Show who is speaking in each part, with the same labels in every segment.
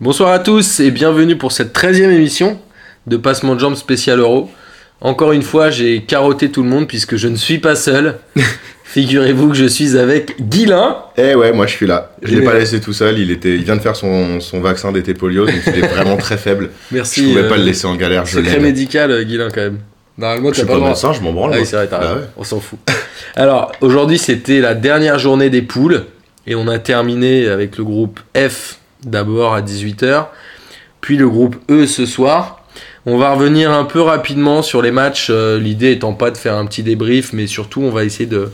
Speaker 1: Bonsoir à tous et bienvenue pour cette 13e émission de Passement de Jambes spécial Euro. Encore une fois, j'ai carotté tout le monde puisque je ne suis pas seul. Figurez-vous que je suis avec Guilin.
Speaker 2: Eh ouais, moi je suis là. Je
Speaker 1: Il
Speaker 2: l'ai
Speaker 1: est
Speaker 2: pas
Speaker 1: là.
Speaker 2: laissé tout seul. Il était, il vient de faire son, son vaccin d'été polio, donc il est vraiment très faible. Je
Speaker 1: Merci.
Speaker 2: pouvais
Speaker 1: euh,
Speaker 2: pas le laisser en galère. Je
Speaker 1: Secret
Speaker 2: l'aime.
Speaker 1: médical, euh, Guilin, quand même. Normalement,
Speaker 2: Je
Speaker 1: t'as
Speaker 2: suis
Speaker 1: pas
Speaker 2: pas
Speaker 1: le droit.
Speaker 2: médecin, je m'en branle.
Speaker 1: Ah
Speaker 2: moi.
Speaker 1: oui, c'est vrai, t'as
Speaker 2: Bah
Speaker 1: raison.
Speaker 2: ouais.
Speaker 1: On s'en fout. Alors, aujourd'hui, c'était la dernière journée des poules. Et on a terminé avec le groupe F d'abord à 18h. Puis le groupe E ce soir. On va revenir un peu rapidement sur les matchs. euh, L'idée étant pas de faire un petit débrief, mais surtout, on va essayer de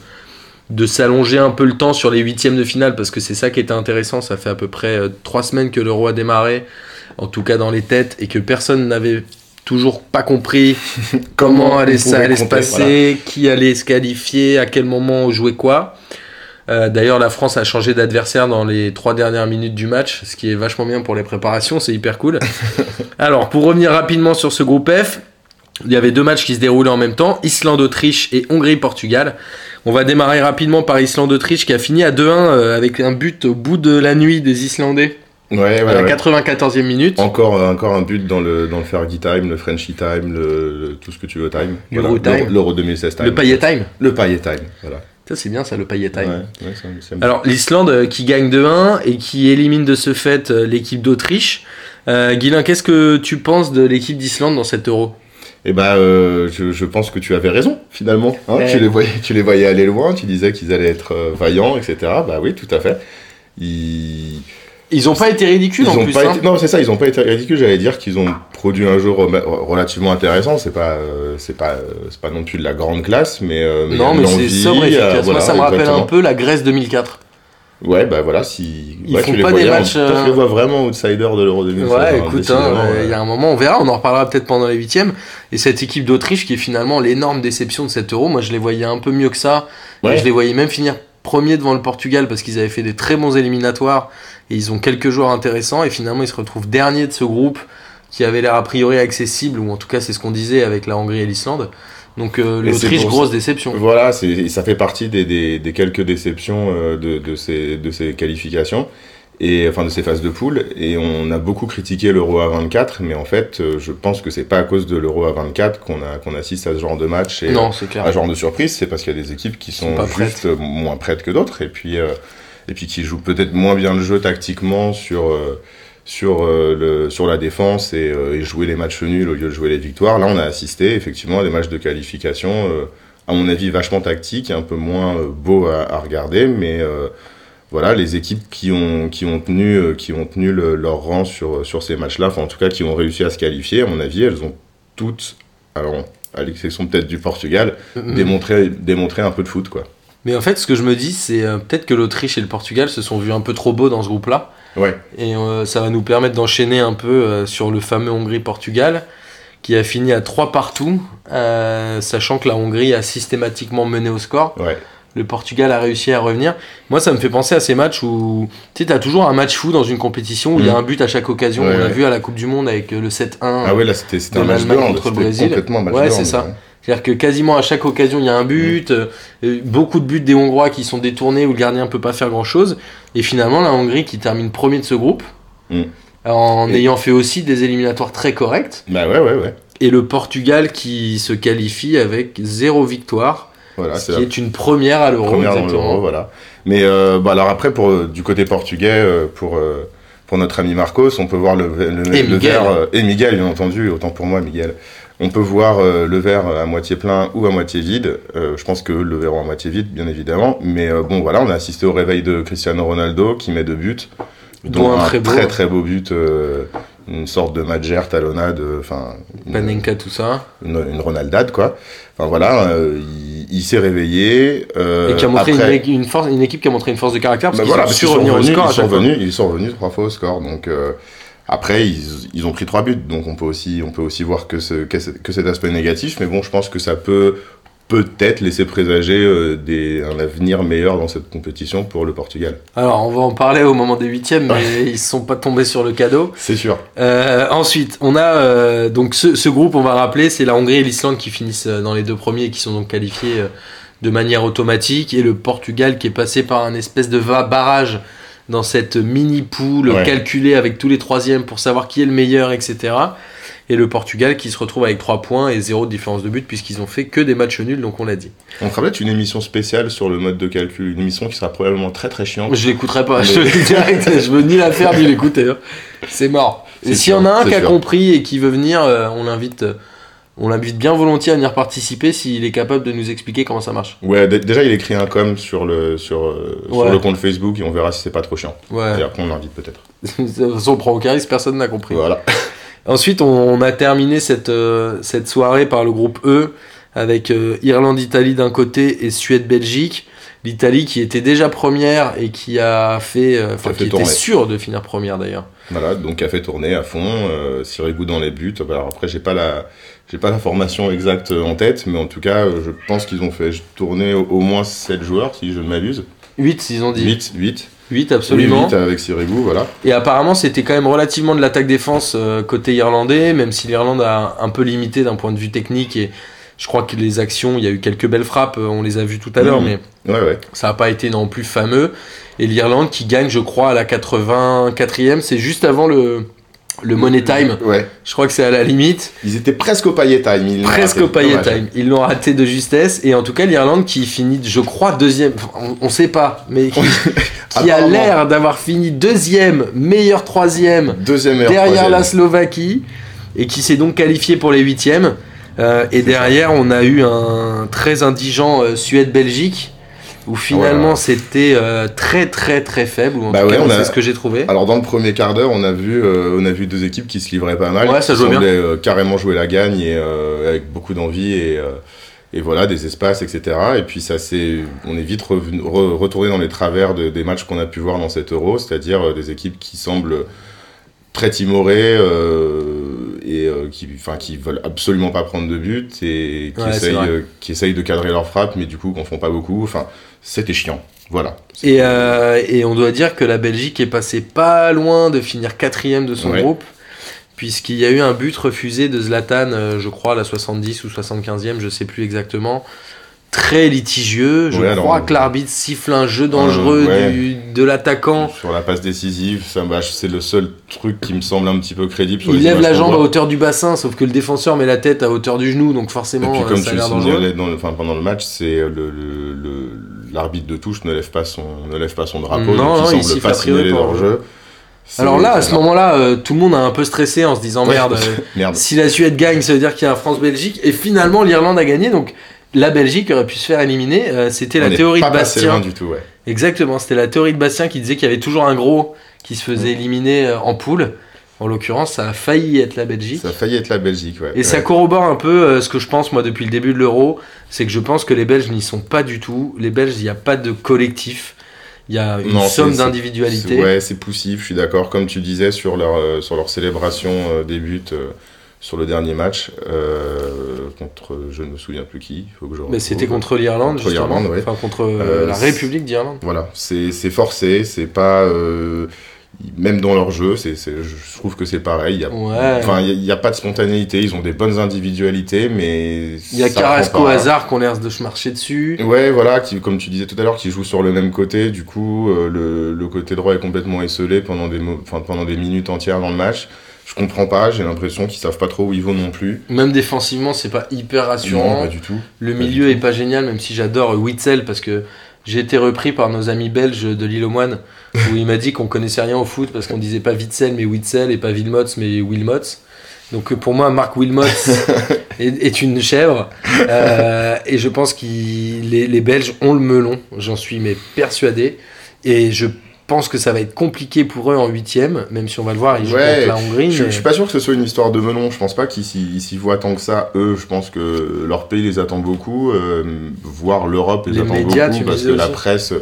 Speaker 1: de s'allonger un peu le temps sur les huitièmes de finale parce que c'est ça qui était intéressant ça fait à peu près euh, trois semaines que l'euro a démarré en tout cas dans les têtes et que personne n'avait toujours pas compris comment
Speaker 2: on
Speaker 1: allait ça
Speaker 2: pouvait
Speaker 1: allait se
Speaker 2: compter,
Speaker 1: passer, qui allait se qualifier, à quel moment on jouait quoi. Euh, D'ailleurs, la France a changé d'adversaire dans les trois dernières minutes du match, ce qui est vachement bien pour les préparations, c'est hyper cool. Alors, pour revenir rapidement sur ce groupe F, il y avait deux matchs qui se déroulaient en même temps, Islande-Autriche et Hongrie-Portugal. On va démarrer rapidement par Islande-Autriche qui a fini à 2-1 euh, avec un but au bout de la nuit des Islandais
Speaker 2: Ouais,
Speaker 1: à
Speaker 2: ouais,
Speaker 1: la
Speaker 2: ouais.
Speaker 1: 94e minute.
Speaker 2: Encore, euh, encore un but dans le, dans le Fergie Time, le Frenchie Time, le, le- tout ce que tu veux Time.
Speaker 1: L'Euro
Speaker 2: Voilà.
Speaker 1: Time.
Speaker 2: L'Euro- L'Euro 2016 Time.
Speaker 1: Le paillet time.
Speaker 2: Le Payet Time. Voilà.
Speaker 1: Ça, c'est bien ça, le paillet time.
Speaker 2: Ouais, ouais, ça me- ça me-
Speaker 1: Alors l'Islande euh, qui gagne 2-1 et qui élimine de ce fait euh, l'équipe d'Autriche. Euh, Guilin, qu'est-ce que tu penses de l'équipe d'Islande dans cet euro
Speaker 2: Eh ben, euh, je, je pense que tu avais raison finalement. hein.
Speaker 1: Ouais.
Speaker 2: tu, les voyais, tu les voyais aller loin, tu disais qu'ils allaient être euh, vaillants, etc. Bah oui, tout à fait. Ils,
Speaker 1: Ils ont pas été ridicules
Speaker 2: ils
Speaker 1: en
Speaker 2: ont
Speaker 1: plus.
Speaker 2: pas
Speaker 1: hein.
Speaker 2: été- non, c'est ça, ils ont pas été ridicules. J'allais dire qu'ils ont produit un jeu rema- relativement intéressant. C'est pas, euh, c'est pas, euh, c'est pas non plus de la grande classe, mais euh, il y a
Speaker 1: Non
Speaker 2: de
Speaker 1: mais c'est
Speaker 2: l'envie,
Speaker 1: sobre et
Speaker 2: euh,
Speaker 1: efficace.
Speaker 2: voilà,
Speaker 1: Moi ça me rappelle un
Speaker 2: exactement.
Speaker 1: peu la Grèce 2004.
Speaker 2: Ouais, bah voilà, si
Speaker 1: Ils
Speaker 2: ouais,
Speaker 1: font
Speaker 2: tu les
Speaker 1: pas des
Speaker 2: voyais, on-
Speaker 1: matchs,
Speaker 2: toi,
Speaker 1: euh,
Speaker 2: tu les vois vraiment outsider de l'Euro 2016.
Speaker 1: ouais,
Speaker 2: hein,
Speaker 1: écoute, hein,
Speaker 2: décidément,
Speaker 1: euh, il
Speaker 2: ouais.
Speaker 1: y a un moment, on verra, on en reparlera peut-être pendant les huitièmes. Et cette équipe d'Autriche qui est finalement l'énorme déception de cet euro, moi je les voyais un peu mieux que ça. Et
Speaker 2: Ouais.
Speaker 1: je les voyais même finir premier devant le Portugal parce qu'ils avaient fait des très bons éliminatoires et ils ont quelques joueurs intéressants et finalement ils se retrouvent dernier de ce groupe qui avait l'air a priori accessible ou en tout cas c'est ce qu'on disait avec la Hongrie et l'Islande. Donc euh,
Speaker 2: Et c'est
Speaker 1: l'Autriche,
Speaker 2: pour-
Speaker 1: grosse déception.
Speaker 2: Voilà, c'est- ça fait partie des, des- des quelques déceptions euh, de, de ces, de ces qualifications, et, enfin de ces phases de poule. Et on a beaucoup critiqué l'Euro à 24, mais en fait, euh, je pense que c'est pas à cause de l'Euro à 24 qu'on a- qu'on assiste à ce genre de match et euh,
Speaker 1: Non, c'est
Speaker 2: à
Speaker 1: clair.
Speaker 2: ce genre de surprise. C'est parce qu'il y a des équipes qui sont
Speaker 1: pas prêtes.
Speaker 2: juste euh, moins prêtes que d'autres, et puis euh, et puis qui jouent peut-être moins bien le jeu tactiquement sur euh, sur euh, le sur la défense et, euh, et jouer les matchs nuls au lieu de jouer les victoires. Là, on a assisté effectivement à des matchs de qualification, euh, à mon avis vachement tactiques, un peu moins euh, beaux à, à regarder, mais euh, voilà, les équipes qui ont qui ont tenu euh, qui ont tenu le- leur rang sur sur ces matchs-là, enfin en tout cas qui ont réussi à se qualifier, à mon avis, elles ont toutes alors à l'exception peut-être du Portugal,
Speaker 1: Mm.
Speaker 2: démontré, démontré un peu de foot, quoi.
Speaker 1: Mais en fait, ce que je me dis, c'est euh, peut-être que l'Autriche et le Portugal se sont vus un peu trop beaux dans ce groupe-là.
Speaker 2: Ouais.
Speaker 1: Et euh, ça va nous permettre d'enchaîner un peu euh, sur le fameux Hongrie-Portugal, qui a fini à 3 partout, euh, sachant que la Hongrie a systématiquement mené au score.
Speaker 2: Ouais.
Speaker 1: Le Portugal a réussi à revenir. Moi, ça me fait penser à ces matchs où tu sais, t'as toujours un match fou dans une compétition où il y a
Speaker 2: Mhm.
Speaker 1: un but à chaque occasion.
Speaker 2: Ouais,
Speaker 1: On l'a
Speaker 2: ouais.
Speaker 1: vu à la Coupe du Monde avec euh, le 7-1.
Speaker 2: Ah ouais, là c'était c'était
Speaker 1: de
Speaker 2: un match de
Speaker 1: l'Allemagne
Speaker 2: hand,
Speaker 1: contre le
Speaker 2: c'était
Speaker 1: Brésil.
Speaker 2: complètement un match
Speaker 1: Ouais,
Speaker 2: de
Speaker 1: c'est
Speaker 2: hand,
Speaker 1: ça.
Speaker 2: ouais.
Speaker 1: C'est-à-dire que quasiment à chaque occasion, il y a un but, euh, euh, beaucoup de buts des Hongrois qui sont détournés où le gardien peut pas faire grand-chose. Et finalement, la Hongrie qui termine premier de ce groupe,
Speaker 2: Mm.
Speaker 1: en
Speaker 2: Et-
Speaker 1: ayant fait aussi des éliminatoires très correctes.
Speaker 2: Bah ouais, ouais, ouais.
Speaker 1: Et le Portugal qui se qualifie avec zéro victoire,
Speaker 2: Voilà,
Speaker 1: ce
Speaker 2: Ah, c'est
Speaker 1: qui
Speaker 2: la
Speaker 1: est une première à l'Euro.
Speaker 2: première dans
Speaker 1: exactement.
Speaker 2: l'Euro, voilà. Mais euh, bah, alors après, pour, euh, du côté portugais, euh, pour, euh, pour notre ami Marcos, on peut voir le, le,
Speaker 1: Et
Speaker 2: le
Speaker 1: Miguel.
Speaker 2: verre, euh, et Miguel, bien entendu, autant pour moi, Miguel. On peut voir euh, le verre à moitié plein ou à moitié vide. Euh, je pense que le verre à moitié vide, bien évidemment. Mais euh, bon, voilà, on a assisté au réveil de Cristiano Ronaldo qui met deux buts,
Speaker 1: Dont un très beau.
Speaker 2: très très beau but, euh, une sorte de Madjer, talonnade, euh, enfin. une-
Speaker 1: Panenka, tout ça.
Speaker 2: une, une Ronaldade, quoi. Enfin voilà, euh, il, il s'est réveillé. euh,
Speaker 1: et qui a montré
Speaker 2: après-
Speaker 1: une, une force, une équipe qui a montré une force de caractère parce
Speaker 2: Bah
Speaker 1: qu'ils
Speaker 2: voilà,
Speaker 1: ont
Speaker 2: parce
Speaker 1: su
Speaker 2: qu'ils sont
Speaker 1: revenir au
Speaker 2: revenus,
Speaker 1: score à
Speaker 2: ils sont
Speaker 1: chaque fois.
Speaker 2: revenus, ils sont revenus trois fois au score. Donc euh, après, ils, ils ont pris trois buts. Donc on peut aussi, on peut aussi voir que, ce, que, ce- que cet aspect négatif. Mais bon, je pense que ça peut peut-être laisser présager euh, des, un avenir meilleur dans cette compétition pour le Portugal.
Speaker 1: Alors, on va en parler au moment des huitièmes, mais ils ne sont pas tombés sur le cadeau.
Speaker 2: C'est sûr.
Speaker 1: Euh, ensuite, on a euh, donc ce, ce groupe, on va rappeler, c'est la Hongrie et l'Islande qui finissent euh, dans les deux premiers et qui sont donc qualifiés euh, de manière automatique, et le Portugal qui est passé par un espèce de va- barrage dans cette mini poule
Speaker 2: Ouais.
Speaker 1: calculée avec tous les troisièmes pour savoir qui est le meilleur, etc. Et le Portugal qui se retrouve avec 3 points et 0 de différence de but puisqu'ils ont fait que des matchs nuls, donc on l'a dit.
Speaker 2: On fera peut-être une émission spéciale sur le mode de calcul, une émission qui sera probablement très très chiante.
Speaker 1: Je l'écouterai pas,
Speaker 2: Mais-
Speaker 1: je te le dis direct, je veux ni la faire ni l'écouter. hein. C'est mort. Et
Speaker 2: C'est
Speaker 1: s'il y
Speaker 2: sûr,
Speaker 1: en a un
Speaker 2: c'est
Speaker 1: qui a
Speaker 2: sûr.
Speaker 1: compris et qui veut venir, euh, on l'invite euh, on l'invite bien volontiers à venir participer s'il est capable de nous expliquer comment ça marche.
Speaker 2: Ouais, d- déjà il écrit un com sur le sur, euh, sur
Speaker 1: Ouais.
Speaker 2: le compte Facebook et on verra si c'est pas trop chiant.
Speaker 1: Ouais.
Speaker 2: Et après on l'invite peut-être.
Speaker 1: De toute façon, on prend au charisme, personne n'a compris.
Speaker 2: Voilà.
Speaker 1: Ensuite, on, on a terminé cette, euh, cette soirée par le groupe E, avec euh, Irlande-Italie d'un côté et Suède-Belgique. L'Italie qui était déjà première et qui a fait, euh, enfin,
Speaker 2: Ça fait
Speaker 1: qui était
Speaker 2: tourner.
Speaker 1: sûre de finir première d'ailleurs.
Speaker 2: Voilà, donc a fait tourner à fond, euh, Sirigu dans les buts. Bah, Alors après, j'ai pas la, j'ai pas la formation exacte euh, en tête, mais en tout cas, euh, je pense qu'ils ont fait tourner au, au moins 7 joueurs, si je ne m'abuse.
Speaker 1: 8, ils ont dit.
Speaker 2: 8, 8.
Speaker 1: 8, absolument.
Speaker 2: 8 avec Sirigu, voilà.
Speaker 1: Et apparemment, c'était quand même relativement de l'attaque-défense euh, côté irlandais, même si l'Irlande a un peu limité d'un point de vue technique. Et je crois que les actions, il y a eu quelques belles frappes, euh, on les a vues tout à l'heure,
Speaker 2: Mhm.
Speaker 1: mais
Speaker 2: Ouais, ouais.
Speaker 1: ça n'a pas été non plus fameux. Et l'Irlande qui gagne, je crois, à la 84e, c'est juste avant le,
Speaker 2: Mm.
Speaker 1: le Money Time.
Speaker 2: Ouais.
Speaker 1: Je crois que c'est à la limite.
Speaker 2: Ils étaient presque au paillet time. ils l'ont
Speaker 1: Presque
Speaker 2: raté.
Speaker 1: au paillet
Speaker 2: Dommage.
Speaker 1: time. Ils l'ont raté de justesse. Et en tout cas, l'Irlande qui finit, je crois, deuxième. On, on sait pas, mais qui, qui a
Speaker 2: Apparemment.
Speaker 1: l'air d'avoir fini deuxième, meilleur troisième
Speaker 2: Deuxième heure.
Speaker 1: derrière
Speaker 2: troisième.
Speaker 1: la Slovaquie et qui s'est donc qualifié pour les huitièmes. Euh, et derrière, on a eu un très indigent euh, Suède-Belgique où finalement
Speaker 2: Ouais.
Speaker 1: c'était euh, très très très faible. Ou en
Speaker 2: Oh Bah
Speaker 1: tout
Speaker 2: ouais,
Speaker 1: cas,
Speaker 2: on a- Ah,
Speaker 1: c'est ce que j'ai trouvé.
Speaker 2: Alors dans le premier quart d'heure, on a vu, euh, on a vu deux équipes qui se livraient pas mal,
Speaker 1: Ouais, ça
Speaker 2: qui
Speaker 1: jouait bien.
Speaker 2: semblaient, euh, carrément jouer la gagne et euh, avec beaucoup d'envie et euh, et voilà des espaces, etc. Et puis ça c'est, on est vite revenu- re- retourné dans les travers de- des matchs qu'on a pu voir dans cet Euro, c'est-à-dire euh, des équipes qui semblent très timorées euh, et euh, qui, enfin, qui veulent absolument pas prendre de but et qui
Speaker 1: Ouais, c'est
Speaker 2: essayent,
Speaker 1: vrai.
Speaker 2: euh, qui essayent de cadrer leurs frappes, mais du coup qu'en font pas beaucoup. Enfin, c'était chiant. Voilà.
Speaker 1: Et, euh, et on doit dire que la Belgique est passée pas loin de finir quatrième de son
Speaker 2: Ouais.
Speaker 1: groupe. Puisqu'il y a eu un but refusé de Zlatan, euh, je crois, à la 70 ou 75e, je sais plus exactement. Très litigieux. Je
Speaker 2: Ouais, alors,
Speaker 1: crois
Speaker 2: on-
Speaker 1: que l'arbitre siffle un jeu dangereux
Speaker 2: Euh, ouais.
Speaker 1: du- de l'attaquant.
Speaker 2: Sur la passe décisive, ça bah, c'est le seul truc qui me semble un petit peu crédible. Sur
Speaker 1: Il
Speaker 2: les
Speaker 1: lève
Speaker 2: images
Speaker 1: la
Speaker 2: qu'on
Speaker 1: jambe à
Speaker 2: voit.
Speaker 1: hauteur du bassin, sauf que le défenseur met la tête à hauteur du genou, donc
Speaker 2: Et
Speaker 1: forcément,
Speaker 2: puis
Speaker 1: euh,
Speaker 2: comme
Speaker 1: ça a
Speaker 2: tu le
Speaker 1: l'air dangereux.
Speaker 2: signalais dans le, enfin, pendant le match, c'est le- le- le- l'arbitre de touche ne lève pas son ne lève pas son drapeau,
Speaker 1: Non,
Speaker 2: donc
Speaker 1: non, il
Speaker 2: il
Speaker 1: siffle
Speaker 2: semble pas
Speaker 1: a priori
Speaker 2: signaler
Speaker 1: pour-
Speaker 2: leur jeu.
Speaker 1: Alors là, à ce moment-là, euh, tout le monde a un peu stressé en se disant merde, euh,
Speaker 2: merde.
Speaker 1: si la Suède gagne, ça veut dire qu'il y a un France-Belgique, et finalement l'Irlande a gagné, donc la Belgique aurait pu se faire éliminer. Euh, c'était la
Speaker 2: On est
Speaker 1: théorie de
Speaker 2: pas passé
Speaker 1: Bastien.
Speaker 2: loin du tout, ouais.
Speaker 1: Exactement, c'était la théorie de Bastien qui disait qu'il y avait toujours un gros qui se faisait éliminer euh, en poule. En l'occurrence, ça a failli être la Belgique.
Speaker 2: Ça a failli être la Belgique, ouais.
Speaker 1: Et ça
Speaker 2: Ouais.
Speaker 1: corrobore un peu euh, ce que je pense moi depuis le début de l'euro, c'est que je pense que les Belges n'y sont pas du tout. Les Belges, il n'y a pas de collectif, il y a une
Speaker 2: Non, c'est-
Speaker 1: somme
Speaker 2: c'est-
Speaker 1: d'individualité.
Speaker 2: C'est- Ouais, c'est poussif, je suis d'accord. Comme tu disais sur leur, euh, sur leur célébration euh, des buts euh, sur le dernier match euh, contre, je ne me souviens plus qui, il faut que je
Speaker 1: Mais c'était
Speaker 2: retrouve.
Speaker 1: contre l'Irlande,
Speaker 2: Contre
Speaker 1: justement,
Speaker 2: l'Irlande, ouais.
Speaker 1: enfin contre euh,
Speaker 2: Euh,
Speaker 1: la
Speaker 2: c'est-
Speaker 1: République d'Irlande.
Speaker 2: Voilà, c'est c'est forcé, c'est pas. euh, même dans leur jeu, c'est c'est- je trouve que c'est pareil. il y a-
Speaker 1: Ouais.
Speaker 2: Enfin, il n'y a, pas de spontanéité, ils ont des bonnes individualités, mais.
Speaker 1: Il y a
Speaker 2: ça
Speaker 1: Carrasco
Speaker 2: prend pas.
Speaker 1: Hazard qu'on l'air de se marcher dessus.
Speaker 2: Ouais, voilà, qui, comme tu disais tout à l'heure, qui joue sur le même côté. Du coup, euh, le, le côté droit est complètement esselé pendant des, mo- enfin, pendant des minutes entières dans le match. Je comprends pas, j'ai l'impression qu'ils savent pas trop où ils vont non plus.
Speaker 1: Même défensivement, c'est pas hyper
Speaker 2: Non,
Speaker 1: rassurant.
Speaker 2: pas du tout.
Speaker 1: Le
Speaker 2: Pas du
Speaker 1: milieu
Speaker 2: tout.
Speaker 1: est pas génial, même si j'adore euh, Witzel parce que j'ai été repris par nos amis belges de l'île aux moines où il m'a dit qu'on connaissait rien au foot parce qu'on disait pas Witzel mais Witzel et pas Wilmots mais Wilmots. Donc euh, pour moi, Marc Wilmots est, est une chèvre Euh, et je pense que les, les Belges ont le melon, j'en suis mais persuadé et je pense que ça va être compliqué pour eux en huitième, même si on va le voir, ils jouent
Speaker 2: Ouais,
Speaker 1: contre la Hongrie.
Speaker 2: Je,
Speaker 1: mais-
Speaker 2: je suis pas sûr que ce soit une histoire de melon. Je pense pas qu'ils s'y ils s'y voient tant que ça. Eux, je pense que leur pays les attend beaucoup, euh, voire l'Europe les,
Speaker 1: Les
Speaker 2: attend
Speaker 1: médias, tu
Speaker 2: beaucoup
Speaker 1: me
Speaker 2: parce que
Speaker 1: disais
Speaker 2: la
Speaker 1: aussi.
Speaker 2: presse,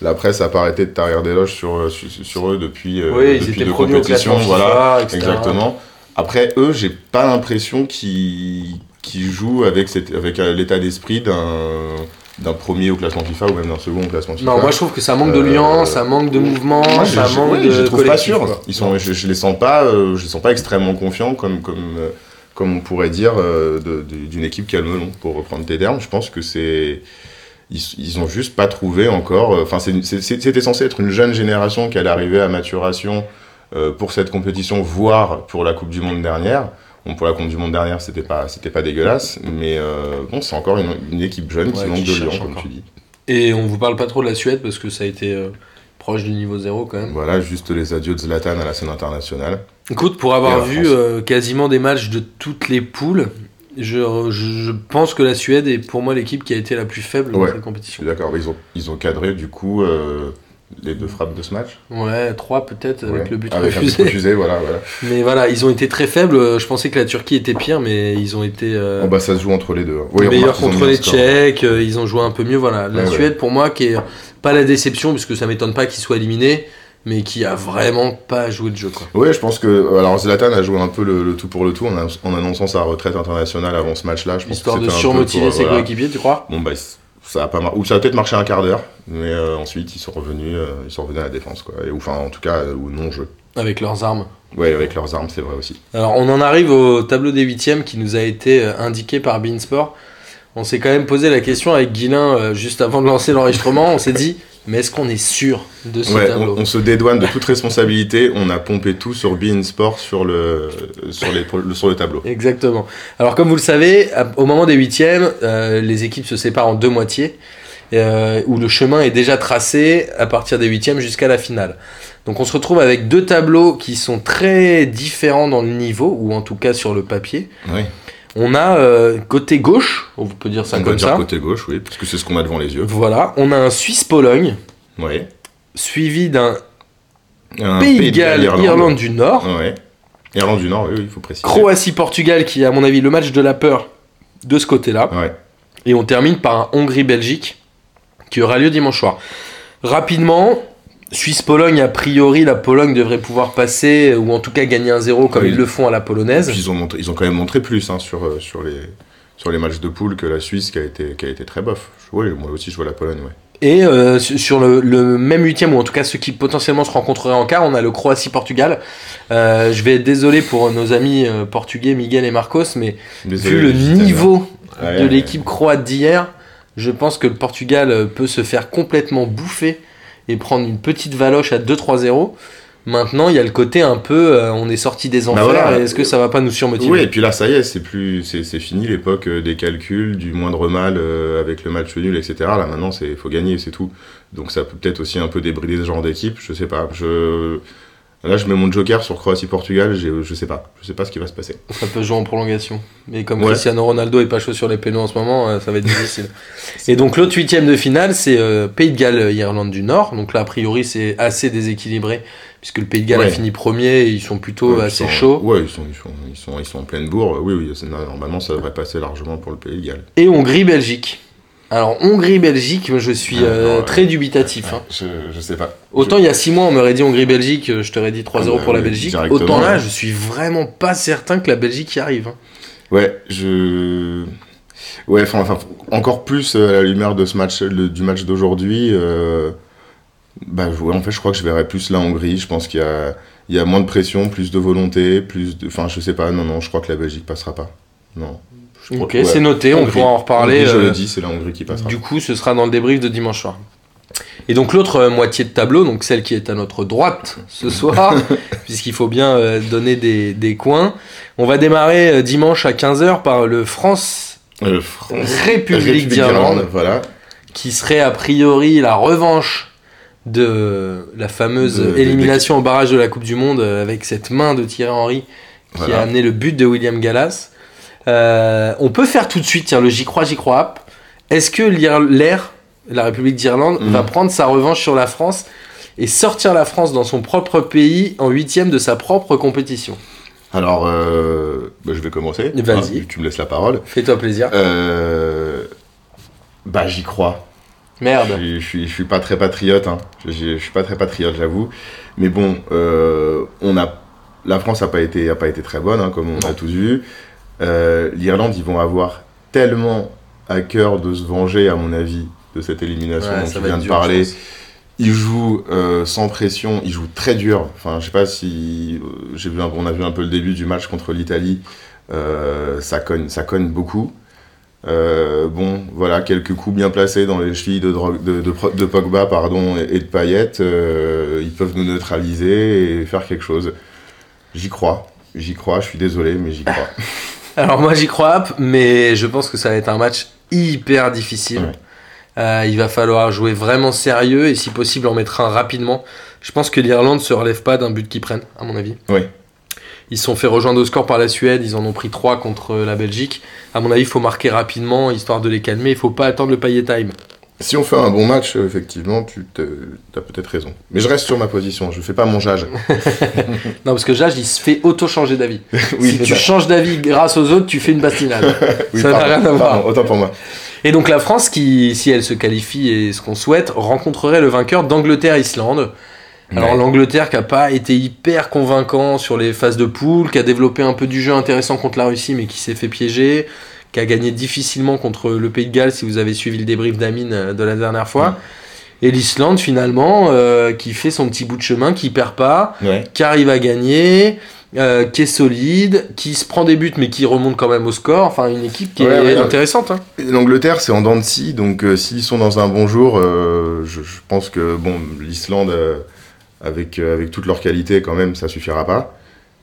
Speaker 2: la presse a pas arrêté de tarir des loges sur euh, sur, sur eux depuis euh,
Speaker 1: Oui, ils
Speaker 2: depuis
Speaker 1: étaient
Speaker 2: deux
Speaker 1: premiers au
Speaker 2: compétitions.
Speaker 1: classement
Speaker 2: Voilà,
Speaker 1: FIFA, etc.
Speaker 2: exactement. Après, eux, j'ai pas l'impression qu'ils qu'ils jouent avec cette avec euh, l'état d'esprit d'un d'un premier au classement FIFA ou même d'un second au classement FIFA.
Speaker 1: Non, moi je trouve que ça manque de
Speaker 2: Euh,
Speaker 1: lien, ça manque de mouvement,
Speaker 2: Moi, je,
Speaker 1: ça
Speaker 2: je-
Speaker 1: manque
Speaker 2: ouais,
Speaker 1: de
Speaker 2: je les trouve pas
Speaker 1: collectif,
Speaker 2: sûrs.
Speaker 1: quoi.
Speaker 2: Ils sont, je, je les sens pas, euh, je les sens pas extrêmement confiants comme comme euh, comme on pourrait dire euh, de- de- d'une équipe qui a le melon, pour reprendre tes termes. Je pense que c'est ils, ils ont juste pas trouvé encore. euh, Enfin, c'est- c'est- c'était censé être une jeune génération qui allait arriver à maturation euh, pour cette compétition, voire pour la Coupe du Monde dernière. Bon, pour la Coupe du Monde dernière, c'était pas, c'était pas dégueulasse, mais euh, bon, c'est encore une, une équipe jeune qui
Speaker 1: Ouais,
Speaker 2: manque
Speaker 1: qui
Speaker 2: de
Speaker 1: cherche
Speaker 2: lion, comme
Speaker 1: encore.
Speaker 2: tu dis.
Speaker 1: Et on vous parle pas trop de la Suède parce que ça a été euh, proche du niveau zéro quand même.
Speaker 2: Voilà, juste les adieux de Zlatan à la scène internationale.
Speaker 1: Écoute, pour
Speaker 2: Et
Speaker 1: avoir
Speaker 2: la
Speaker 1: vu
Speaker 2: France.
Speaker 1: euh, quasiment des matchs de toutes les poules, je, je- je pense que la Suède est pour moi l'équipe qui a été la plus faible dans
Speaker 2: Ouais.
Speaker 1: cette
Speaker 2: Je
Speaker 1: compétition.
Speaker 2: suis d'accord, ils ont, ils ont cadré du coup euh, les deux frappes de ce match.
Speaker 1: Ouais, 3 peut-être avec
Speaker 2: Ouais.
Speaker 1: le but
Speaker 2: Avec un but
Speaker 1: refusé.
Speaker 2: refusé, voilà. voilà.
Speaker 1: Mais voilà, ils ont été très faibles. Euh, Je pensais que la Turquie était pire, mais ils ont été euh,
Speaker 2: Oh, bah, ça se joue entre les deux. Oui,
Speaker 1: meilleurs
Speaker 2: remarque, ils ont
Speaker 1: contre
Speaker 2: mis un
Speaker 1: les
Speaker 2: score.
Speaker 1: Tchèques. euh, Ils ont joué un peu mieux. Voilà, la
Speaker 2: Ouais, ouais.
Speaker 1: Suède pour moi qui est pas la déception puisque ça m'étonne pas qu'ils soient éliminés, mais qui a vraiment pas joué le jeu quoi.
Speaker 2: Oui, je pense que. Alors, Zlatan a joué un peu le, le tout pour le tout en, annon- en annonçant sa retraite internationale avant ce match-là. Je pense
Speaker 1: Histoire
Speaker 2: que
Speaker 1: de
Speaker 2: c'était un peu
Speaker 1: surmotiver
Speaker 2: pour, euh,
Speaker 1: ses
Speaker 2: voilà.
Speaker 1: coéquipiers, tu crois
Speaker 2: Bon, bah, ça a pas mar- Ou ça a peut-être marché un quart d'heure, mais euh, ensuite, ils sont revenus, euh, ils sont revenus à la défense, quoi. Et, ou, enfin, en tout cas, euh, au non-jeu.
Speaker 1: Avec leurs armes.
Speaker 2: Ouais, avec leurs armes, c'est vrai aussi.
Speaker 1: Alors on en arrive au tableau des huitièmes qui nous a été euh, indiqué par Beansport. On s'est quand même posé la question avec Guilin euh, juste avant de lancer l'enregistrement. On s'est dit, mais est-ce qu'on est sûr de ce
Speaker 2: Ouais,
Speaker 1: tableau
Speaker 2: on, on se dédouane de toute responsabilité, on a pompé tout sur Bein Sport sur le, sur les, pro- le- sur le tableau.
Speaker 1: Exactement. Alors comme vous le savez, à- au moment des huitièmes, euh, les équipes se séparent en deux moitiés, euh, où le chemin est déjà tracé à partir des huitièmes jusqu'à la finale. Donc on se retrouve avec deux tableaux qui sont très différents dans le niveau, ou en tout cas sur le papier.
Speaker 2: Oui.
Speaker 1: On a euh, côté gauche, on peut dire ça
Speaker 2: On va
Speaker 1: comme
Speaker 2: dire
Speaker 1: ça.
Speaker 2: côté gauche, oui, parce que c'est ce qu'on a devant les yeux.
Speaker 1: Voilà, on a un Suisse-Pologne,
Speaker 2: Ouais.
Speaker 1: suivi d'un
Speaker 2: Un
Speaker 1: Pays de Galles, Irlande. du Nord,
Speaker 2: Ah Ouais. Irlande du Nord, oui, oui, il faut préciser.
Speaker 1: Croatie-Portugal, qui est à mon avis le match de la peur de ce côté-là,
Speaker 2: Ouais.
Speaker 1: et on termine par un Hongrie-Belgique, qui aura lieu dimanche soir. Rapidement, Suisse-Pologne, a priori, la Pologne devrait pouvoir passer, ou en tout cas gagner un 0 comme
Speaker 2: Oui.
Speaker 1: ils le font à la polonaise.
Speaker 2: Puis ils ont, montré, ils ont quand même montré plus hein, sur, euh, sur, les, sur les matchs de poule que la Suisse qui a été, qui a été très bof. Oui, moi aussi je vois la Pologne. Ouais.
Speaker 1: Et euh, su- sur le, le même huitième, ou en tout cas ceux qui potentiellement se rencontreraient en quart, on a le Croatie-Portugal. Euh, je vais être désolé pour nos amis euh, portugais, Miguel et Marcos, mais
Speaker 2: Désolé,
Speaker 1: vu le
Speaker 2: les Italiens.
Speaker 1: niveau
Speaker 2: Ouais,
Speaker 1: de
Speaker 2: ouais.
Speaker 1: l'équipe croate d'hier, je pense que le Portugal euh, peut se faire complètement bouffer et prendre une petite valoche à 2-3-0. Maintenant, il y a le côté un peu, euh, on est sorti des enfers,
Speaker 2: Bah voilà.
Speaker 1: et est-ce que ça va pas nous surmotiver
Speaker 2: Oui, et puis là, ça y est, c'est plus, c'est c'est fini l'époque euh, des calculs, du moindre mal euh, avec le match nul, etc. Là, maintenant, c'est faut gagner, c'est tout. Donc, ça peut peut-être aussi un peu débrider ce genre d'équipe. Je sais pas. Je là, je mets mon joker sur Croatie Portugal. j'ai- Je sais pas. Je sais pas ce qui va se passer.
Speaker 1: Ça peut jouer en prolongation. Mais comme
Speaker 2: Ouais.
Speaker 1: Cristiano Ronaldo est pas chaud sur les pénaux en ce moment, euh, ça va être difficile. Et donc l'autre huitième de finale, c'est euh, Pays de Galles, euh, Irlande du Nord. Donc là, a priori, c'est assez déséquilibré, puisque le Pays de Galles a
Speaker 2: Ouais.
Speaker 1: fini premier et ils sont plutôt
Speaker 2: Ouais, Euh, ils
Speaker 1: assez
Speaker 2: sont-
Speaker 1: chauds.
Speaker 2: Ouais, ils sont, ils sont, ils sont, ils sont en pleine bourre. Oui, oui. c'est- Normalement, ça devrait passer largement pour le Pays de Galles.
Speaker 1: Et Hongrie-Belgique. Alors Hongrie-Belgique, moi, je suis
Speaker 2: Ah,
Speaker 1: euh,
Speaker 2: non, ouais.
Speaker 1: très dubitatif. hein.
Speaker 2: Je, je sais pas.
Speaker 1: Autant il y a six mois, on m'aurait dit Hongrie-Belgique, euh, je t'aurais dit 3-0
Speaker 2: Ah,
Speaker 1: pour la
Speaker 2: oui,
Speaker 1: Belgique.
Speaker 2: directement,
Speaker 1: Autant là,
Speaker 2: ouais.
Speaker 1: je suis vraiment pas certain que la Belgique y arrive. hein.
Speaker 2: Je- Ouais, je. Ouais, enfin, enfin, encore plus euh, à la lumière de ce match, le- du match d'aujourd'hui. euh, Bah, ouais, en fait, je crois que je verrais plus la Hongrie. Je pense qu'il y a, il y a moins de pression, plus de volonté, plus de. Enfin, je sais pas. Non, non, je crois que la Belgique passera pas. Non. Je
Speaker 1: Ok,
Speaker 2: crois- ouais.
Speaker 1: c'est noté, on
Speaker 2: Hongrie.
Speaker 1: pourra en reparler.
Speaker 2: Hongrie, je
Speaker 1: euh,
Speaker 2: le dis, c'est la Hongrie qui passera.
Speaker 1: Du coup, ce sera dans le débrief de dimanche soir. Et donc l'autre euh, moitié de tableau, donc celle qui est à notre droite ce soir, puisqu'il faut bien euh, donner des, des coins. On va démarrer euh, dimanche à 15h par le France-République
Speaker 2: Euh, France.
Speaker 1: d'Irlande,
Speaker 2: Voilà.
Speaker 1: qui serait a priori la revanche de euh, la fameuse
Speaker 2: De- de-
Speaker 1: élimination au barrage de la Coupe du Monde euh, avec cette main de Thierry Henry qui a
Speaker 2: Voilà.
Speaker 1: amené le but de William Gallas. Euh, on peut faire tout de suite, tiens, le j'y crois, j'y crois app. Est-ce que l'Ir- l'Air, la République d'Irlande,
Speaker 2: Mhm.
Speaker 1: va prendre sa revanche sur la France et sortir la France dans son propre pays en huitième de sa propre compétition
Speaker 2: Alors, euh, bah, je vais commencer.
Speaker 1: Vas-y.
Speaker 2: Hein, vu que tu me laisses la parole.
Speaker 1: Fais-toi plaisir.
Speaker 2: Euh, Bah, j'y crois.
Speaker 1: Merde.
Speaker 2: Je, suis- je suis- je suis pas très patriote, hein. je, je- je suis pas très patriote, j'avoue. Mais bon, euh, on a, la France a pas été, a pas été très bonne, hein, comme on a tous vu. Euh, L'Irlande, ils vont avoir tellement à cœur de se venger, à mon avis, de cette élimination
Speaker 1: Ouais,
Speaker 2: dont
Speaker 1: ça
Speaker 2: tu
Speaker 1: va
Speaker 2: viens
Speaker 1: être
Speaker 2: de
Speaker 1: dur, je
Speaker 2: parler.
Speaker 1: pense.
Speaker 2: Ils jouent euh, sans pression, ils jouent très dur. Enfin, je sais pas si euh, j'ai vu, un- on a vu un peu le début du match contre l'Italie. Euh, ça cogne, ça cogne beaucoup. Euh, bon, voilà, quelques coups bien placés dans les chevilles de, Dro- de, de, Pro- de Pogba pardon, et, et de Payet, euh, ils peuvent nous neutraliser et faire quelque chose. J'y crois, j'y crois, je suis désolé, mais j'y crois.
Speaker 1: Alors moi j'y crois, mais je pense que ça va être un match hyper difficile.
Speaker 2: Ouais.
Speaker 1: Euh, il va falloir jouer vraiment sérieux et si possible en mettre un rapidement. Je pense que l'Irlande se relève pas d'un but qu'ils prennent, à mon avis.
Speaker 2: Oui.
Speaker 1: Ils se sont fait rejoindre au score par la Suède, ils en ont pris 3 contre euh, la Belgique. À mon avis, il faut marquer rapidement histoire de les calmer. Il faut pas attendre le paillet time.
Speaker 2: Si on fait un bon match, euh, effectivement, tu as peut-être raison. Mais je reste sur ma position, je fais pas mon jage.
Speaker 1: Non, parce que Jage, il se fait auto-changer d'avis. si
Speaker 2: c'est
Speaker 1: tu
Speaker 2: ça.
Speaker 1: changes d'avis grâce aux autres, tu fais une bastinade.
Speaker 2: Oui,
Speaker 1: ça n'a
Speaker 2: pardon,
Speaker 1: rien à voir.
Speaker 2: pardon, autant pour moi.
Speaker 1: Et donc la France, qui, si elle se qualifie et ce qu'on souhaite, rencontrerait le vainqueur d'Angleterre-Islande. Alors
Speaker 2: Ouais.
Speaker 1: l'Angleterre qui n'a pas été hyper convaincant sur les phases de poule, qui a développé un peu du jeu intéressant contre la Russie mais qui s'est fait piéger, qui a gagné difficilement contre le Pays de Galles si vous avez suivi le débrief d'Amine euh, de la dernière fois. Et l'Islande finalement euh, qui fait son petit bout de chemin, qui perd pas,
Speaker 2: Ouais.
Speaker 1: qui arrive à gagner, euh, qui est solide, qui se prend des buts mais qui remonte quand même au score. Enfin, une équipe qui
Speaker 2: Ouais,
Speaker 1: est
Speaker 2: ouais, ouais.
Speaker 1: intéressante. hein.
Speaker 2: Et L'Angleterre, c'est en dents de scie, donc euh, s'ils sont dans un bon jour, euh, je, je pense que bon, l'Islande, euh, avec, euh, avec toutes leurs qualités, quand même, ça suffira pas.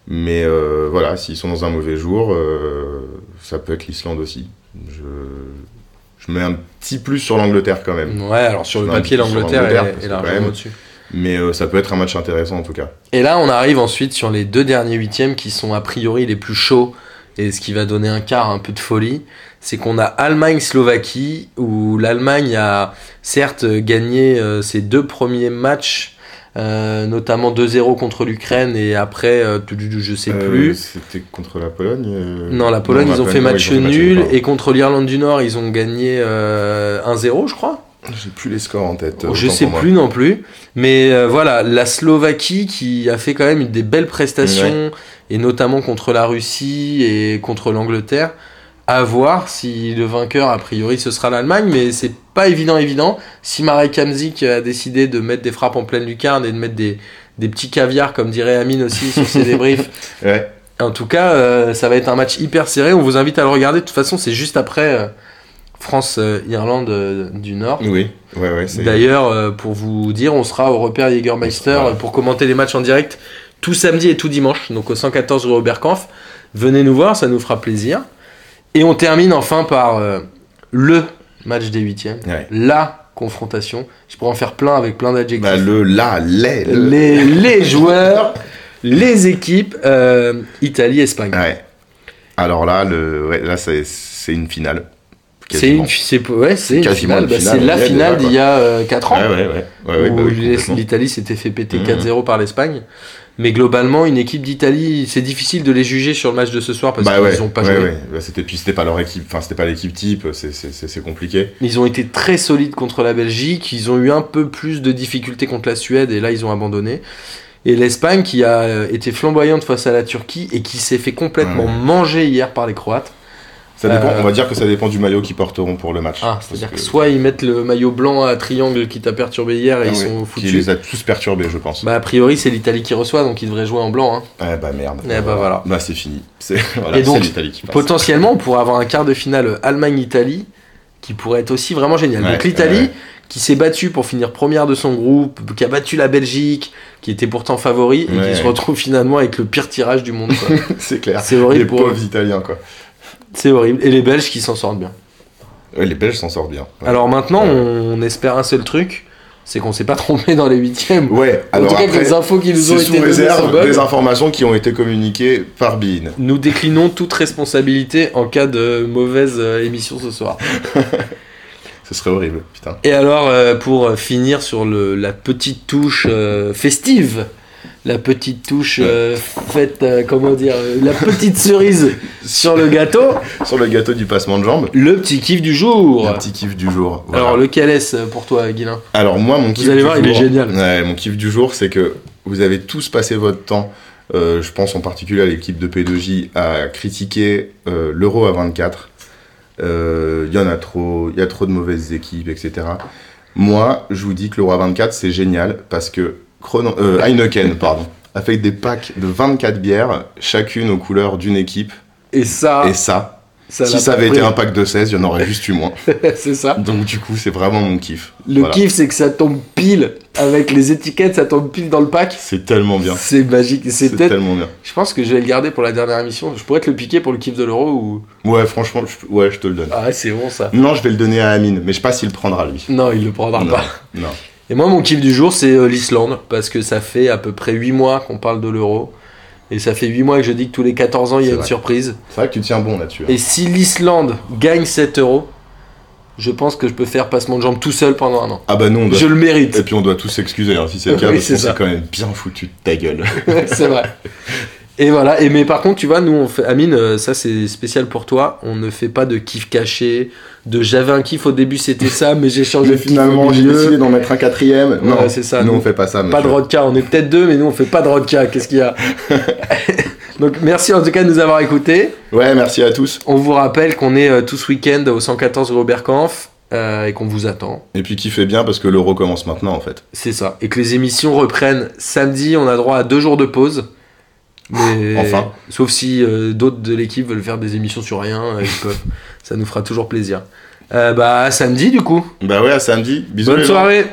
Speaker 2: Mais euh, voilà, s'ils sont dans un mauvais jour, euh, ça peut être l'Islande aussi. Je, je mets un petit plus sur l'Angleterre quand même.
Speaker 1: Ouais, alors sur le
Speaker 2: Non,
Speaker 1: papier,
Speaker 2: sur
Speaker 1: l'Angleterre
Speaker 2: l'Angleterre,
Speaker 1: est-
Speaker 2: parce
Speaker 1: est
Speaker 2: que quand
Speaker 1: largement
Speaker 2: même.
Speaker 1: au-dessus.
Speaker 2: Mais euh, ça peut être un match intéressant en tout cas.
Speaker 1: Et là, on arrive ensuite sur les deux derniers huitièmes qui sont a priori les plus chauds. Et ce qui va donner un quart un peu de folie, c'est qu'on a Allemagne-Slovaquie, où l'Allemagne a certes gagné euh, ses deux premiers matchs, euh, notamment 2-0 contre l'Ukraine, et après, euh, tu- tu- tu- je sais
Speaker 2: Euh,
Speaker 1: plus.
Speaker 2: C'était contre la Pologne euh,
Speaker 1: Non, la Pologne, ils ont fait
Speaker 2: Pologne,
Speaker 1: match
Speaker 2: ils ont fait
Speaker 1: nul.
Speaker 2: pardon.
Speaker 1: et contre l'Irlande du Nord, ils ont gagné euh, 1-0, je crois.
Speaker 2: J'ai plus les scores en tête.
Speaker 1: Oh,
Speaker 2: euh,
Speaker 1: je
Speaker 2: autant
Speaker 1: sais
Speaker 2: pour moi.
Speaker 1: plus non plus. Mais euh, voilà, la Slovaquie qui a fait quand même une des belles prestations, et notamment contre la Russie et contre l'Angleterre. À voir si le vainqueur, a priori, ce sera l'Allemagne, mais c'est pas évident, évident. Si Marek Hamzik a décidé de mettre des frappes en pleine lucarne et de mettre des, des petits caviars, comme dirait Amine aussi sur ses débriefs,
Speaker 2: Ouais.
Speaker 1: en tout cas, euh, ça va être un match hyper serré. On vous invite à le regarder. De toute façon, c'est juste après euh, France-Irlande euh, du Nord.
Speaker 2: Oui, ouais, ouais. c'est-
Speaker 1: D'ailleurs, euh, pour vous dire, on sera au repère Jägermeister
Speaker 2: Voilà.
Speaker 1: euh, pour commenter les matchs en direct tout samedi et tout dimanche, donc au 114 rue Oberkampf. Venez nous voir, ça nous fera plaisir. Et on termine enfin par euh, le match des huitièmes,
Speaker 2: Ouais.
Speaker 1: la confrontation. Je pourrais en faire plein avec plein d'adjectifs
Speaker 2: Bah, le là, les. le-
Speaker 1: les, les joueurs, les équipes, euh, Italie-Espagne.
Speaker 2: Ouais. Alors là, le, ouais, là c'est, c'est une finale.
Speaker 1: C'est
Speaker 2: Quasiment.
Speaker 1: une, c'est, ouais, c'est une
Speaker 2: Quasiment
Speaker 1: finale.
Speaker 2: une
Speaker 1: Bah,
Speaker 2: finale,
Speaker 1: c'est la
Speaker 2: il y a
Speaker 1: finale
Speaker 2: déjà, quoi.
Speaker 1: d'il y a 4 ans.
Speaker 2: Ouais, ouais, ouais. ouais, ouais,
Speaker 1: où
Speaker 2: bah oui,
Speaker 1: l'I-
Speaker 2: complètement.
Speaker 1: l'Italie s'était fait péter
Speaker 2: Mhm.
Speaker 1: 4-0 par l'Espagne. Mais globalement, une équipe d'Italie, c'est difficile de les juger sur le match de ce soir parce
Speaker 2: Bah
Speaker 1: qu'ils
Speaker 2: ouais,
Speaker 1: ont pas
Speaker 2: ouais,
Speaker 1: joué.
Speaker 2: ouais. Bah, c'était, puis c'était pas leur équipe, enfin c'était pas l'équipe type, c'est, c'est, c'est, c'est compliqué.
Speaker 1: Ils ont été très solides contre la Belgique. Ils ont eu un peu plus de difficultés contre la Suède et là, ils ont abandonné. Et l'Espagne qui a euh, été flamboyante face à la Turquie et qui s'est fait complètement
Speaker 2: Ouais.
Speaker 1: manger hier par les Croates.
Speaker 2: Ça dépend,
Speaker 1: Euh,
Speaker 2: on va dire que ça dépend du maillot qu'ils porteront pour le match.
Speaker 1: Ah,
Speaker 2: Parce
Speaker 1: c'est-à-dire que,
Speaker 2: que-
Speaker 1: soit ils mettent le maillot blanc à triangle qui t'a perturbé hier et
Speaker 2: Ah
Speaker 1: ils
Speaker 2: ouais,
Speaker 1: sont
Speaker 2: Qui
Speaker 1: foutus.
Speaker 2: les a tous perturbés, je pense.
Speaker 1: Bah, a priori, c'est l'Italie qui reçoit, donc ils devraient jouer en blanc. hein.
Speaker 2: Ah bah merde.
Speaker 1: Eh bah, voilà.
Speaker 2: Bah c'est fini. C'est, voilà,
Speaker 1: Et donc,
Speaker 2: c'est l'Italie qui passe.
Speaker 1: Potentiellement, on pourrait avoir un quart de finale Allemagne-Italie qui pourrait être aussi vraiment génial.
Speaker 2: Ouais,
Speaker 1: donc l'Italie,
Speaker 2: ouais, ouais.
Speaker 1: qui s'est battue pour finir première de son groupe, qui a battu la Belgique, qui était pourtant favori, et
Speaker 2: Ouais.
Speaker 1: qui se retrouve finalement avec le pire tirage du monde. quoi.
Speaker 2: c'est clair.
Speaker 1: c'est horrible
Speaker 2: les
Speaker 1: pour eux.
Speaker 2: pauvres Italiens quoi.
Speaker 1: C'est horrible. Et les Belges qui s'en sortent bien.
Speaker 2: Ouais, les Belges s'en sortent bien. Ouais.
Speaker 1: Alors maintenant,
Speaker 2: Ouais.
Speaker 1: on espère un seul truc, c'est qu'on s'est pas trompé dans les huitièmes.
Speaker 2: ouais.
Speaker 1: en
Speaker 2: Alors
Speaker 1: tout cas,
Speaker 2: après,
Speaker 1: les infos qui nous ont
Speaker 2: c'est sous
Speaker 1: été données sont
Speaker 2: réserve
Speaker 1: bonnes.
Speaker 2: des informations qui ont été communiquées par Bean.
Speaker 1: Nous déclinons toute responsabilité en cas de mauvaise euh, émission ce soir.
Speaker 2: Ce serait horrible, putain.
Speaker 1: Et alors, euh, pour finir sur le, la petite touche euh, festive, la petite touche euh, faite, euh, comment dire, euh, la petite cerise sur le gâteau,
Speaker 2: Sur le gâteau du passement de jambes,
Speaker 1: le petit kiff du jour.
Speaker 2: un petit kiff du jour. voilà.
Speaker 1: Alors, lequel est-ce pour toi, Guilin
Speaker 2: Alors moi, mon kiff
Speaker 1: allez
Speaker 2: du
Speaker 1: voir, il est
Speaker 2: jour-
Speaker 1: génial.
Speaker 2: Ouais, mon kiff du jour, c'est que vous avez tous passé votre temps, euh, je pense en particulier à l'équipe de P2J, à critiquer euh, l'Euro à 24. Euh, Il y en a trop, il y a trop de mauvaises équipes, etc. Moi, je vous dis que l'Euro à 24, c'est génial parce que Chrono- euh, Heineken, pardon, a fait des packs de 24 bières, chacune aux couleurs d'une équipe.
Speaker 1: Et ça,
Speaker 2: Et
Speaker 1: Ah,
Speaker 2: ça,
Speaker 1: ça
Speaker 2: si
Speaker 1: l'a
Speaker 2: ça
Speaker 1: pas
Speaker 2: avait été
Speaker 1: pris.
Speaker 2: un pack de 16, il y en aurait juste eu moins.
Speaker 1: c'est ça.
Speaker 2: Donc du coup, c'est vraiment mon kiff.
Speaker 1: Le
Speaker 2: Voilà.
Speaker 1: kiff, c'est que ça tombe pile avec les étiquettes, ça tombe pile dans le pack.
Speaker 2: C'est tellement bien.
Speaker 1: C'est magique. C'est
Speaker 2: C'est
Speaker 1: peut-être.
Speaker 2: tellement bien.
Speaker 1: Je pense que je vais le garder pour la dernière émission. Je pourrais te le piquer pour le kiff de l'euro ou.
Speaker 2: Ouais, franchement, je- ouais, je te le donne.
Speaker 1: Ah, c'est bon ça.
Speaker 2: Non, je vais le donner à Amine, mais je sais pas s'il le prendra lui.
Speaker 1: Non, il le prendra
Speaker 2: Non.
Speaker 1: pas.
Speaker 2: Non.
Speaker 1: Et moi, mon kiff du jour, c'est euh, l'Islande, parce que ça fait à peu près 8 mois qu'on parle de l'euro. Et ça fait 8 mois que je dis que tous les 14 ans, il y
Speaker 2: C'est
Speaker 1: a une
Speaker 2: vrai.
Speaker 1: surprise.
Speaker 2: C'est vrai que tu tiens bon là-dessus. hein.
Speaker 1: Et si l'Islande gagne 7 euros, je pense que je peux faire passement de jambes tout seul pendant un an.
Speaker 2: Ah bah non, on doit...
Speaker 1: Je le mérite,
Speaker 2: et puis on doit tous s'excuser hein, si c'est le cas,
Speaker 1: Oui,
Speaker 2: parce
Speaker 1: c'est
Speaker 2: qu'on
Speaker 1: ça.
Speaker 2: s'est quand même bien foutu de ta gueule.
Speaker 1: c'est vrai. Et voilà, et mais par contre, tu vois, nous, on fait... Amine, euh, ça c'est spécial pour toi. On ne fait pas de kiff caché, de j'avais un kiff au début, c'était ça, mais j'ai changé de kiff au milieu.
Speaker 2: d'en mettre un quatrième. Non,
Speaker 1: Ouais, c'est ça,
Speaker 2: Nous,
Speaker 1: nous.
Speaker 2: on fait pas ça.
Speaker 1: Pas de
Speaker 2: monsieur.
Speaker 1: Rodka, on est peut-être deux, mais nous on fait pas de Rodka, qu'est-ce qu'il y a Donc merci en tout cas de nous avoir écoutés.
Speaker 2: Ouais, merci à tous.
Speaker 1: On vous rappelle qu'on est euh, tout ce week-end au 114 rue Robert Kampf euh, et qu'on vous attend.
Speaker 2: Et puis kiffez bien parce que l'euro commence maintenant en fait.
Speaker 1: C'est ça. Et que les émissions reprennent samedi, on a droit à deux jours de pause. Mais,
Speaker 2: Enfin.
Speaker 1: Sauf si euh, d'autres de l'équipe veulent faire des émissions sur rien, euh, ils peuvent. ça nous fera toujours plaisir. Euh, bah à samedi du coup.
Speaker 2: Bah ouais, à samedi. Bisous.
Speaker 1: Bonne
Speaker 2: les gens.
Speaker 1: soirée